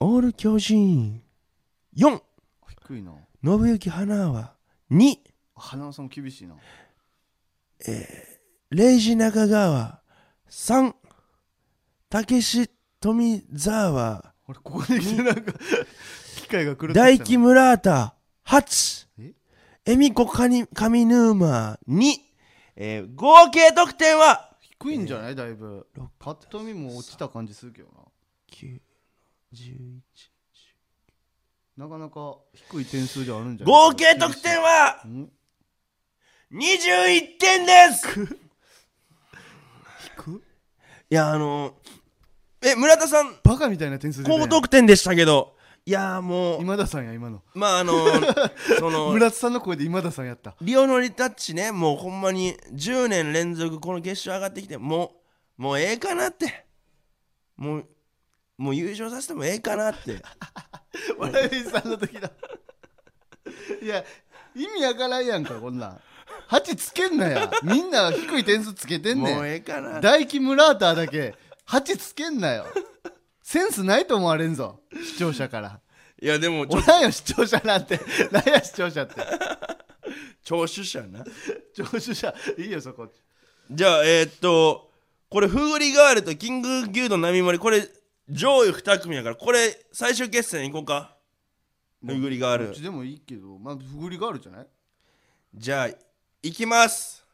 Speaker 2: オール巨人4
Speaker 4: 低いな
Speaker 2: 信行花は2
Speaker 4: 花輪さんも厳しいな
Speaker 2: レイジ中川3たけし富澤
Speaker 4: 俺ここに来てなんか (laughs) 機械が来る
Speaker 2: 大木村田8
Speaker 4: え
Speaker 2: 恵美子かに上沼2、えー合計得点は
Speaker 4: 低いんじゃないだいぶ
Speaker 2: 六
Speaker 4: パッと見も落ちた感じするけど
Speaker 2: 9 11
Speaker 4: ななかなか低い点数ではあるんじゃない
Speaker 2: 合計得点は
Speaker 4: ん
Speaker 2: 21点ですい
Speaker 4: 低い
Speaker 2: やあのーえ村田さん
Speaker 4: バカみたいな点数で、ね、
Speaker 2: 高得点でしたけどいやーもう
Speaker 4: 今田さんや今の
Speaker 2: まああのーその
Speaker 4: (laughs) 村田さんの声で今田さんやった
Speaker 2: リオのリタッチねもうほんまに10年連続この決勝上がってきてもうもうええかなってもうもう優勝させてもええかなって
Speaker 4: わらびさんの時だいや意味わからんやんかこんなん8つけんなやみんな低い点数つけてんね
Speaker 2: もうんええかな
Speaker 4: 大輝ムラーターだけ8つけんなよセンスないと思われんぞ視聴者から
Speaker 2: いやでもちょ
Speaker 4: おらんよ視聴者なんて何や視聴者って
Speaker 2: 聴取者な
Speaker 4: 聴取者いいよそこ
Speaker 2: じゃあえー、っとこれフーリガールとキング牛丼並盛りこれ上位2組やからこれ最終決戦いこうかフーリガー
Speaker 4: どっ
Speaker 2: ル
Speaker 4: ちでもいいけどまあふぐりがあるじゃない
Speaker 2: じゃあいきます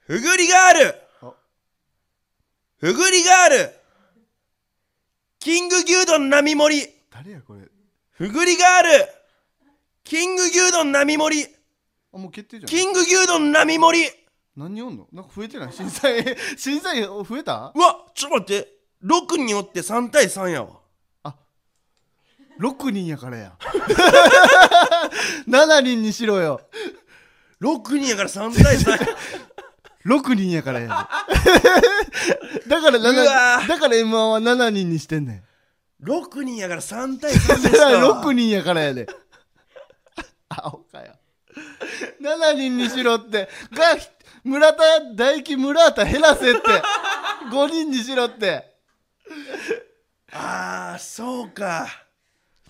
Speaker 2: フグリガール
Speaker 4: あ
Speaker 2: フグリガールキング牛丼並盛り
Speaker 4: 誰やこれ
Speaker 2: フグリガールキング牛丼並盛り
Speaker 4: あもう決定じゃん
Speaker 2: キング牛丼並盛り
Speaker 4: 何おんのなんか増えてない審査員審査員増えた
Speaker 2: うわちょっと待って6によって3対3やわ
Speaker 4: 6人やからや7人にしろよ
Speaker 2: 6人やから3対3
Speaker 4: 6人やからやだから
Speaker 2: うわ
Speaker 4: 7だから m 1は7人にしてんね (laughs) ん
Speaker 2: 6人やから3対3でし
Speaker 4: だか
Speaker 2: た
Speaker 4: ら
Speaker 2: わ
Speaker 4: 6人やからやで青かよ7人にしろってが村田大輝村田減らせって5人にしろって
Speaker 2: ああそうか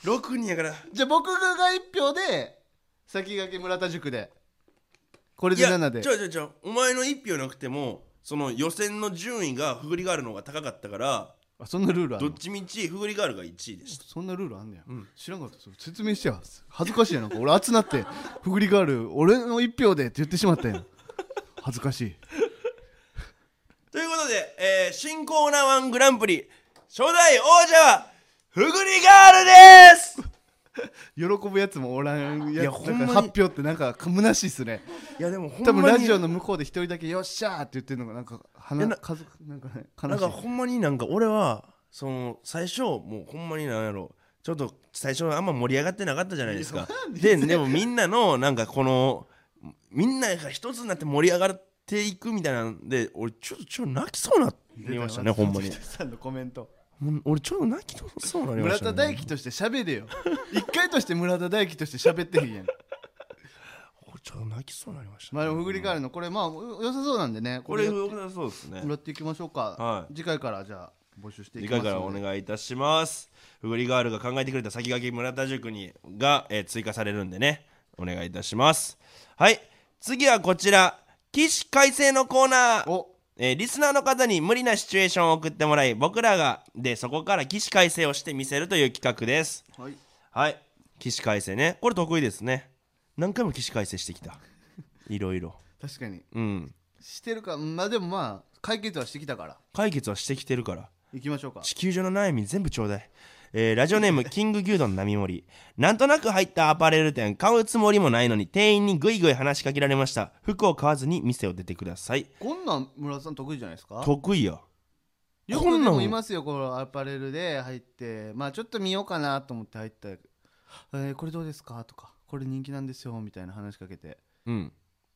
Speaker 2: 6人やから
Speaker 4: じゃあ僕が1票で先駆け村田塾でこれ
Speaker 2: い
Speaker 4: で
Speaker 2: や
Speaker 4: 7で
Speaker 2: ちょいちょいちょいお前の1票なくてもその予選の順位がフグリガールの方が高かったから
Speaker 4: あそんなルールあん
Speaker 2: ど
Speaker 4: の
Speaker 2: っちみちフグリガールが1位でした
Speaker 4: そんなルールあんねや、
Speaker 2: ん
Speaker 4: 知らんかったそれ説明してや恥ずかしいやなんか俺熱
Speaker 2: (laughs)
Speaker 4: なって「ふぐりガール俺の1票で」って言ってしまったやん恥ずかしい
Speaker 2: ということで、えー新コーナー1グランプリ初代王者はフグリガールです
Speaker 4: 喜ぶやつもおらんや
Speaker 2: いや
Speaker 4: つ
Speaker 2: ほ
Speaker 4: だ
Speaker 2: んま
Speaker 4: から
Speaker 2: に
Speaker 4: 発表ってなんか虚しいっすね
Speaker 2: いやでもほんまに
Speaker 4: 多分ラジオの向こうで一人だけ「よっしゃー」って言ってるのがなんか
Speaker 2: いや
Speaker 4: 鼻
Speaker 2: な
Speaker 4: 家族なんかね
Speaker 2: な
Speaker 4: 悲
Speaker 2: ん
Speaker 4: しい
Speaker 2: かほんまになんか俺はその最初もうほんまになんやろちょっと最初あんま盛り上がってなかったじゃないですかででもみんなのなんかこのみんなが一つになって盛り上がっていくみたいなんで俺ちょっとちょっと泣きそうなりましたねほんまに
Speaker 4: 松下さんのコメント
Speaker 2: もう俺ちょっと泣きそうなりま
Speaker 4: 村
Speaker 2: した、ね、
Speaker 4: 田大樹として喋れよ一回として村田大樹として喋ってへんやん
Speaker 2: 俺ちょっと泣きそうなりました、
Speaker 4: まあでもふぐりガールのこれまあ良さそうなんでね
Speaker 2: これ
Speaker 4: やっ
Speaker 2: 良さそうですね
Speaker 4: もらっていきましょうか、
Speaker 2: はい
Speaker 4: 次回からじゃあ募集してい
Speaker 2: 次
Speaker 4: きま
Speaker 2: 回
Speaker 4: すの
Speaker 2: か
Speaker 4: で
Speaker 2: らお願いいたしますフグリガールが考えてくれた先駆け村田塾にが、えー追加されるんでねお願いいたしますはい次はこちら起死回生のコーナー、
Speaker 4: お
Speaker 2: えーリスナーの方に無理なシチュエーションを送ってもらい僕らがでそこから起死回生をしてみせるという企画です
Speaker 4: はい
Speaker 2: はい起死回生ねこれ得意ですね何回も起死回生してきたいろいろ
Speaker 4: 確かに
Speaker 2: うん
Speaker 4: してるかまあでもまあ解決はしてきたから
Speaker 2: 解決はしてきてるから
Speaker 4: いきましょうか
Speaker 2: 地球上の悩み全部ちょうだい、えーラジオネーム (laughs) キング牛丼並盛りなんとなく入ったアパレル店買うつもりもないのに店員にぐいぐい話しかけられました服を買わずに店を出てください
Speaker 4: こんなん村田さん得意じゃないですか
Speaker 2: 得意や
Speaker 4: よくでもいますよこのアパレルで入ってまあちょっと見ようかなと思って入ったえーこれどうですかとかこれ人気なんですよみたいな話しかけて
Speaker 2: うん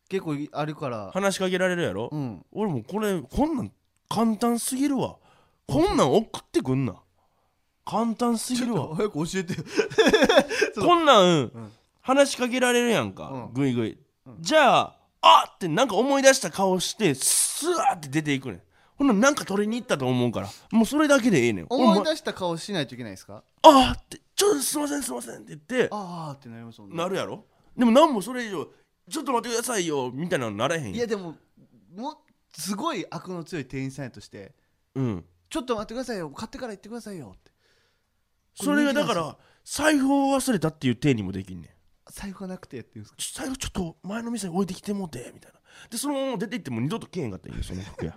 Speaker 4: 結構いあるから
Speaker 2: 話しかけられるやろ、
Speaker 4: うん
Speaker 2: 俺もこれこんなん簡単すぎるわこんなん送ってくんな簡単すぎるわ
Speaker 4: 早く教えてよ
Speaker 2: (laughs)
Speaker 4: と
Speaker 2: こんなん、
Speaker 4: ん
Speaker 2: 話しかけられるやんか、
Speaker 4: うん
Speaker 2: ぐいぐい、じゃああってなんか思い出した顔してスワーって出ていくねんほんならなんか取りに行ったと思うからもうそれだけでええねん
Speaker 4: 思
Speaker 2: お
Speaker 4: い
Speaker 2: 前
Speaker 4: 出した顔しないといけないですか
Speaker 2: あーってちょっとすいませんすいませんって言って
Speaker 4: ああってなりますもんね
Speaker 2: なるやろでも何もそれ以上ちょっと待ってくださいよみたいなのならへん
Speaker 4: いやでももうすごい悪の強い店員さんやとして
Speaker 2: うん
Speaker 4: ちょっと待ってくださいよ買ってから行ってくださいよって
Speaker 2: それがだか
Speaker 4: こ
Speaker 2: ら財布を忘れたっていう体にもできんねん
Speaker 4: 財布がなくてって言うんですか
Speaker 2: ちょ財布ちょっと前の店に置いてきてもうてみたいなでそのまま出て行っても二度と来へんかったらいいよその服屋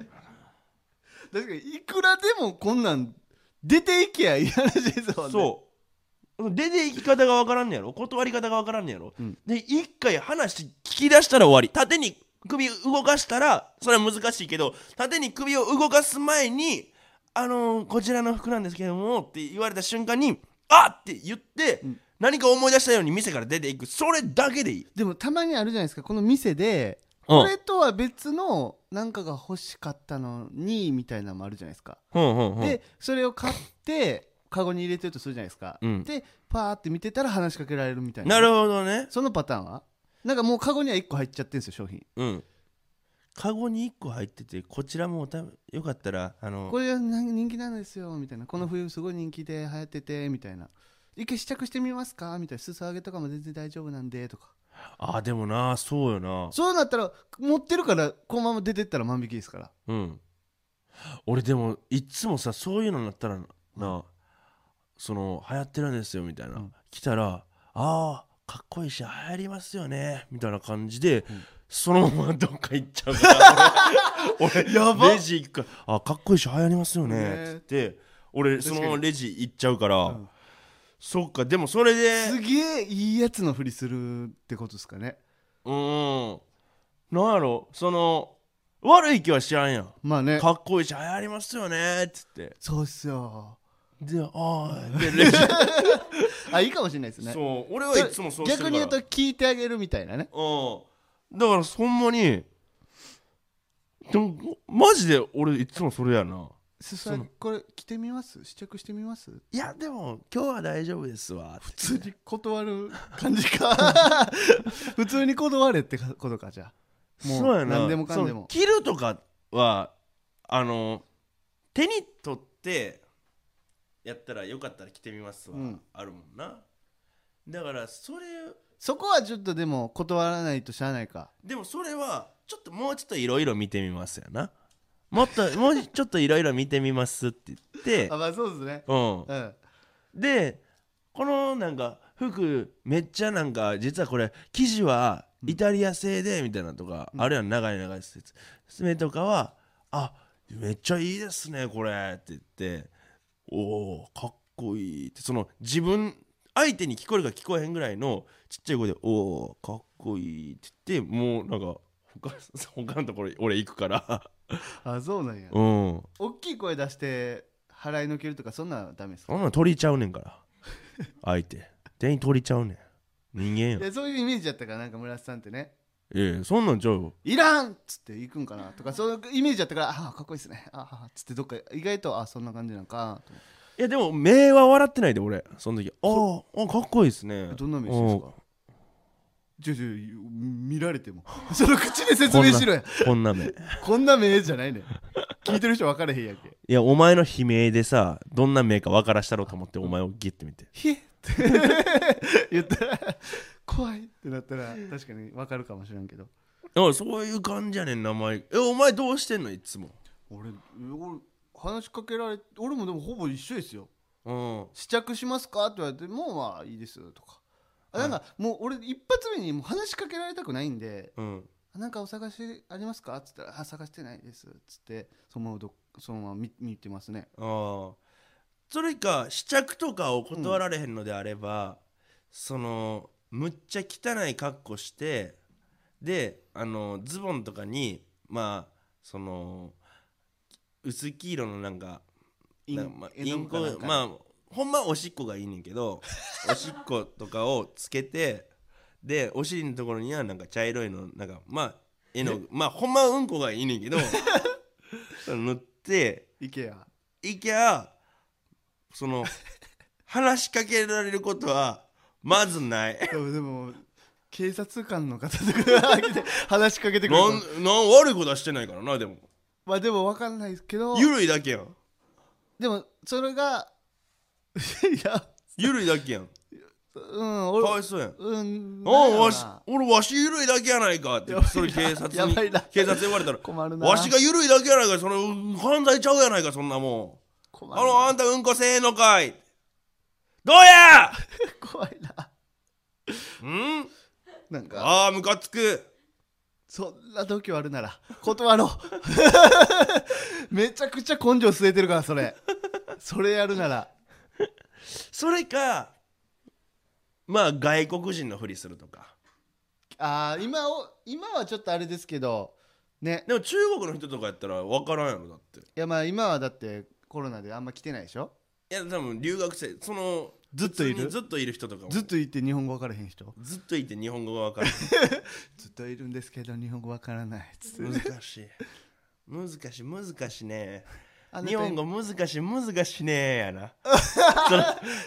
Speaker 4: 確かにいくらでもこんなん出ていけやいい話ですもんね
Speaker 2: そう出て行き方がわからんねやろ断り方がわからんねやろ、
Speaker 4: うん
Speaker 2: で一回話聞き出したら終わり縦に首動かしたらそれは難しいけど縦に首を動かす前に「あのーこちらの服なんですけども」って言われた瞬間に「あっ!」って言って、
Speaker 4: うん
Speaker 2: 何か思い出したように店から出ていくそれだけでいい、
Speaker 4: でもたまにあるじゃないですかこの店で
Speaker 2: うん
Speaker 4: これとは別のなんかが欲しかったのにみたいなのもあるじゃないですか、でそれを買ってカゴに入れてるとするじゃないですか、
Speaker 2: うん
Speaker 4: でパーって見てたら話しかけられるみたいな
Speaker 2: なるほどね
Speaker 4: そのパターンはなんかもうカゴには1個入っちゃってるんですよ商品
Speaker 2: うんカゴに1個入っててこちらもおたよかったらあの
Speaker 4: これはなん人気なんですよみたいなこの冬すごい人気で流行っててみたいな一回試着してみますかみたいな裾上げとかも全然大丈夫なんでとか
Speaker 2: あでもなそうよな
Speaker 4: そうなったら持ってるからこのまま出てったら万引きですから
Speaker 2: うん俺でもいっつもさそういうのになったらなその流行ってるんですよみたいな、
Speaker 4: うん
Speaker 2: 来たら「あーかっこいいし流行りますよね」みたいな感じで、
Speaker 4: ん
Speaker 2: そのままどっか行っちゃうから (laughs) 俺
Speaker 4: やば
Speaker 2: レジ行くから「あかっこいいし流行りますよね」
Speaker 4: ね
Speaker 2: っつって俺そのままレジ行っちゃうから、
Speaker 4: うん
Speaker 2: そっかでもそれです
Speaker 4: げえいいやつのふりするってことですかね
Speaker 2: うーん。なんやろ、その、悪い気は知らんやん。
Speaker 4: まあね
Speaker 2: かっこいいし、流行りますよねっつって。
Speaker 4: そうっすよ
Speaker 2: で、あー (laughs) でレジ
Speaker 4: あいいかもしれないですね
Speaker 2: そう、俺はいつもそうしてる
Speaker 4: 逆
Speaker 2: から。
Speaker 4: に言うと聞いてあげるみたいなね
Speaker 2: と、うん。だから、ほんまに、でも、マジで俺いつもそれやな。
Speaker 4: 裾上げ
Speaker 2: そ
Speaker 4: これ着てみます試着してみます
Speaker 2: いや、でも、今日は大丈夫ですわ。普
Speaker 4: 普通に断る感
Speaker 2: (laughs)
Speaker 4: じか普通に断れってことかじゃあもう
Speaker 2: そうやな。
Speaker 4: 何でもかんで
Speaker 2: そ
Speaker 4: も
Speaker 2: の切るとかは、あの、手に取って、やったらよかったら着てみますわ。
Speaker 4: うん
Speaker 2: あるもんな。だから、それ、
Speaker 4: そこはちょっとでも断らないとしゃあないか
Speaker 2: でもそれは、ちょっともうちょっといろいろ見てみますやな。もっと、もうちょっといろいろ見てみますって言って
Speaker 4: あ、まあそうですね
Speaker 2: うん。
Speaker 4: うん
Speaker 2: でこのなんか服めっちゃなんか実はこれ生地はイタリア製でみたいなのとか、あるいは長い長い説めとかはあめっちゃいいですねこれって言っておおかっこいいってその自分相手に聞こえるか聞こえへんぐらいのちっちゃい声で「おおかっこいい」って言ってもうなんか他 (laughs) 他のところ俺行くから (laughs)
Speaker 4: あそうなんや
Speaker 2: うん
Speaker 4: 大きい声出して払いのけるとかそんなんはダメですか
Speaker 2: そんなん取りちゃうねんから相手全員取りちゃうねん人間や
Speaker 4: いやそういうイメージだったからなんか村瀬さんってね
Speaker 2: ええそんなんちゃうよ
Speaker 4: 「いらん!」っつって行くんかなとかそういうイメージだったから「ああかっこいいですね」ああっつってどっか意外とあそんな感じなんかと思って
Speaker 2: いやでも目は笑ってないで俺その時あーあーかっこいいですね
Speaker 4: えどんな目してるんです
Speaker 2: おー
Speaker 4: かちょちょ見られても (laughs) その口で説明しろや
Speaker 2: こんな目い
Speaker 4: こんな目じゃないねん聞いてる人分からへんやん
Speaker 2: (laughs)
Speaker 4: け
Speaker 2: やお前の悲鳴でさどんな目か分からしたろうと思ってお前をギュッて見て
Speaker 4: 「ひえ!」って (laughs) 言ったら「怖い!」ってなったら確かに分かるかもしれんけど
Speaker 2: あそういう感じやねん名前えお前どうしてんのいつも
Speaker 4: 俺俺話しかけられ俺もでもほぼ一緒ですよ
Speaker 2: うん
Speaker 4: 試着しますか?」って言われて「もうまあいいです」とか。あなんかもう俺一発目にもう話しかけられたくないんで
Speaker 2: うん
Speaker 4: 「なんかお探しありますか?」っつったら「あ探してないです」っつってそのままどそのまま見見てますね
Speaker 2: ああそれか試着とかを断られへんのであれば、そのむっちゃ汚い格好してであのズボンとかにまあその薄黄色のなんか
Speaker 4: イ
Speaker 2: なんかまあ
Speaker 4: 絵の具
Speaker 2: イン
Speaker 4: か
Speaker 2: コ
Speaker 4: なんか
Speaker 2: まあほんまはおしっこがいいねんけ
Speaker 4: (laughs)
Speaker 2: どおしっことかをつけてでお尻のところにはなんか茶色いのなんかまあ絵の具まあほんまはうんこがいいねん
Speaker 4: (laughs)
Speaker 2: けどそれ塗って
Speaker 4: イケア
Speaker 2: いきゃそ
Speaker 4: (laughs)
Speaker 2: の話しかけられることはまず
Speaker 4: (laughs)
Speaker 2: ない。
Speaker 4: でもでも警察官の方と
Speaker 2: (laughs)
Speaker 4: か来て話しかけてくる
Speaker 2: な
Speaker 4: か
Speaker 2: んな
Speaker 4: も
Speaker 2: ん悪いことはしてないからなでも
Speaker 4: まあでも分かんないですけど
Speaker 2: ゆるいだけやん
Speaker 4: でもそれが (laughs) いや
Speaker 2: ゆるいだけやん
Speaker 4: うん
Speaker 2: かわ
Speaker 4: (laughs) 俺
Speaker 2: いそうやん
Speaker 4: うん
Speaker 2: あ
Speaker 4: なんやろな
Speaker 2: わし俺わし緩いだけやないかってそれ警察
Speaker 4: や
Speaker 2: に
Speaker 4: ばいな
Speaker 2: 警察言われたら
Speaker 4: 困るな
Speaker 2: わしが緩いだけやないかその犯罪ちゃうやないかそんなもん
Speaker 4: 困
Speaker 2: あ
Speaker 4: る
Speaker 2: の
Speaker 4: な
Speaker 2: あんたうんこせえのかいどうや
Speaker 4: 怖いな
Speaker 2: うん
Speaker 4: なんか
Speaker 2: ああムカつく
Speaker 4: そんな度胸あるなら断ろう (laughs) めちゃくちゃ根性据えてるからそれそれやるなら
Speaker 2: それかまあ外国人のふりするとか
Speaker 4: あー今を今はちょっとあれですけどね
Speaker 2: でも中国の人とかやったら分からんやろだって
Speaker 4: いやまあ今はだってコロナであんま来てないでしょ
Speaker 2: いや多分留学生その
Speaker 4: ずっといる
Speaker 2: 普通にずっといる人とかも
Speaker 4: ずっといて日本語分からへん人
Speaker 2: ずっといて日本語が分
Speaker 4: (laughs)
Speaker 2: から
Speaker 4: ずっといるんですけど日本語分からないっつって
Speaker 2: ん難しい難しい難しいね
Speaker 4: あなた
Speaker 2: 日本語難しい難しいねやな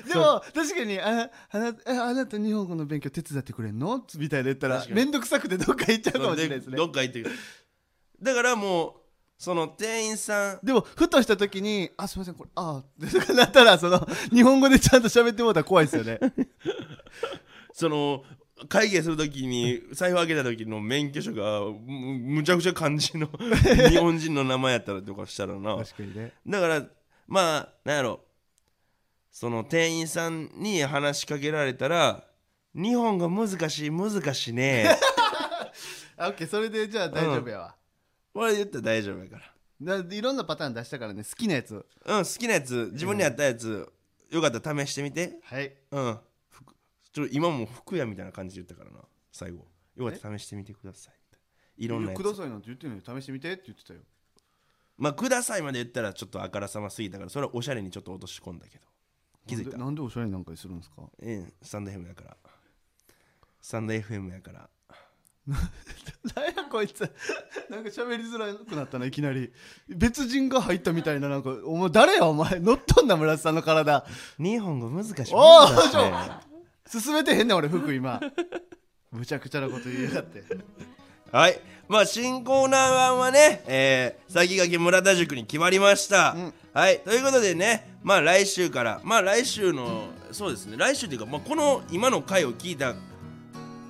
Speaker 4: でも確かにああなえあなた日本語の勉強手伝ってくれんのみたいな言ったら
Speaker 2: 確かに
Speaker 4: 面倒くさくてどっか行っちゃうかもしれないですね
Speaker 2: どっか行ってくるだからもうその店員さん
Speaker 4: でもふとした時に「あすいませんこれああ」とかなったらその日本語でちゃんと喋ってもうたら怖いです (laughs) よね
Speaker 2: その会計するときに財布開けた時の免許証がむむちゃくちゃ漢
Speaker 4: (laughs)
Speaker 2: 字の日本人の名前やったらとかしたらな
Speaker 4: 確かにね
Speaker 2: だからまあなんやろその店員さんに話しかけられたら日本が難しい難しいね
Speaker 4: あオッケーそれでじゃあ大丈夫やわ、
Speaker 2: これ言ったら大丈夫やか
Speaker 4: ないろんなパターン出したからね好きなやつ
Speaker 2: らうん好きなやつ自分に合ったやつ、よかったら試してみて
Speaker 4: はい
Speaker 2: うんふくちょっと今も服屋みたいな感じで言ったからな最後よかったら試してみてくださいいろんなやつ
Speaker 4: くださいなんて言ってるのに試してみてって言ってたよ
Speaker 2: まあくださいまで言ったらちょっとあからさますぎたからそれはおしゃれにちょっと落とし込んだけど気づいた
Speaker 4: なんでなんでおしゃれなんかにするんですか
Speaker 2: うんスタンド FM やからスタンド FM やから
Speaker 4: なんやこいつなんか喋りづらくなったないきなり別人が入ったみたいななんかお前誰やお前乗っとんな村瀬さんの体
Speaker 2: 日本語難しい難しい
Speaker 4: おーちょ進めてへんねん俺服今むちゃくちゃなこと言いやがって
Speaker 2: はいまあ新コーナー版はね、えー先駆け村田塾に決まりました、
Speaker 4: うん
Speaker 2: はいということでねまあ来週からまあ来週のそうですね来週というか、まあ、この今の回を聞いた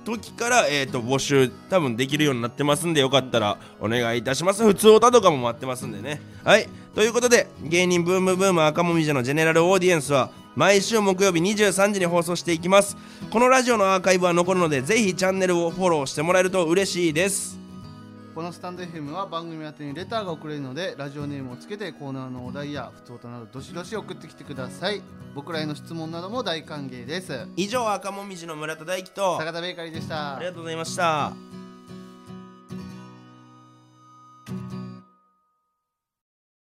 Speaker 2: 時から、えー、と募集多分できるようになってますんでよかったらお願いいたします普通歌とかも待ってますんでねはいということで芸人ブームブーム赤もみじのジェネラルオーディエンスは毎週木曜日23時に放送していきますこのラジオのアーカイブは残るのでぜひチャンネルをフォローしてもらえると嬉しいです
Speaker 4: このスタンド FM は番組宛てにレターが送れるのでラジオネームをつけてコーナーのお題や普通歌などどしどし送ってきてください僕らへの質問なども大歓迎です
Speaker 2: 以上赤もみじの村田大樹と
Speaker 4: 坂田ベーカリーでした
Speaker 2: ありがとうございました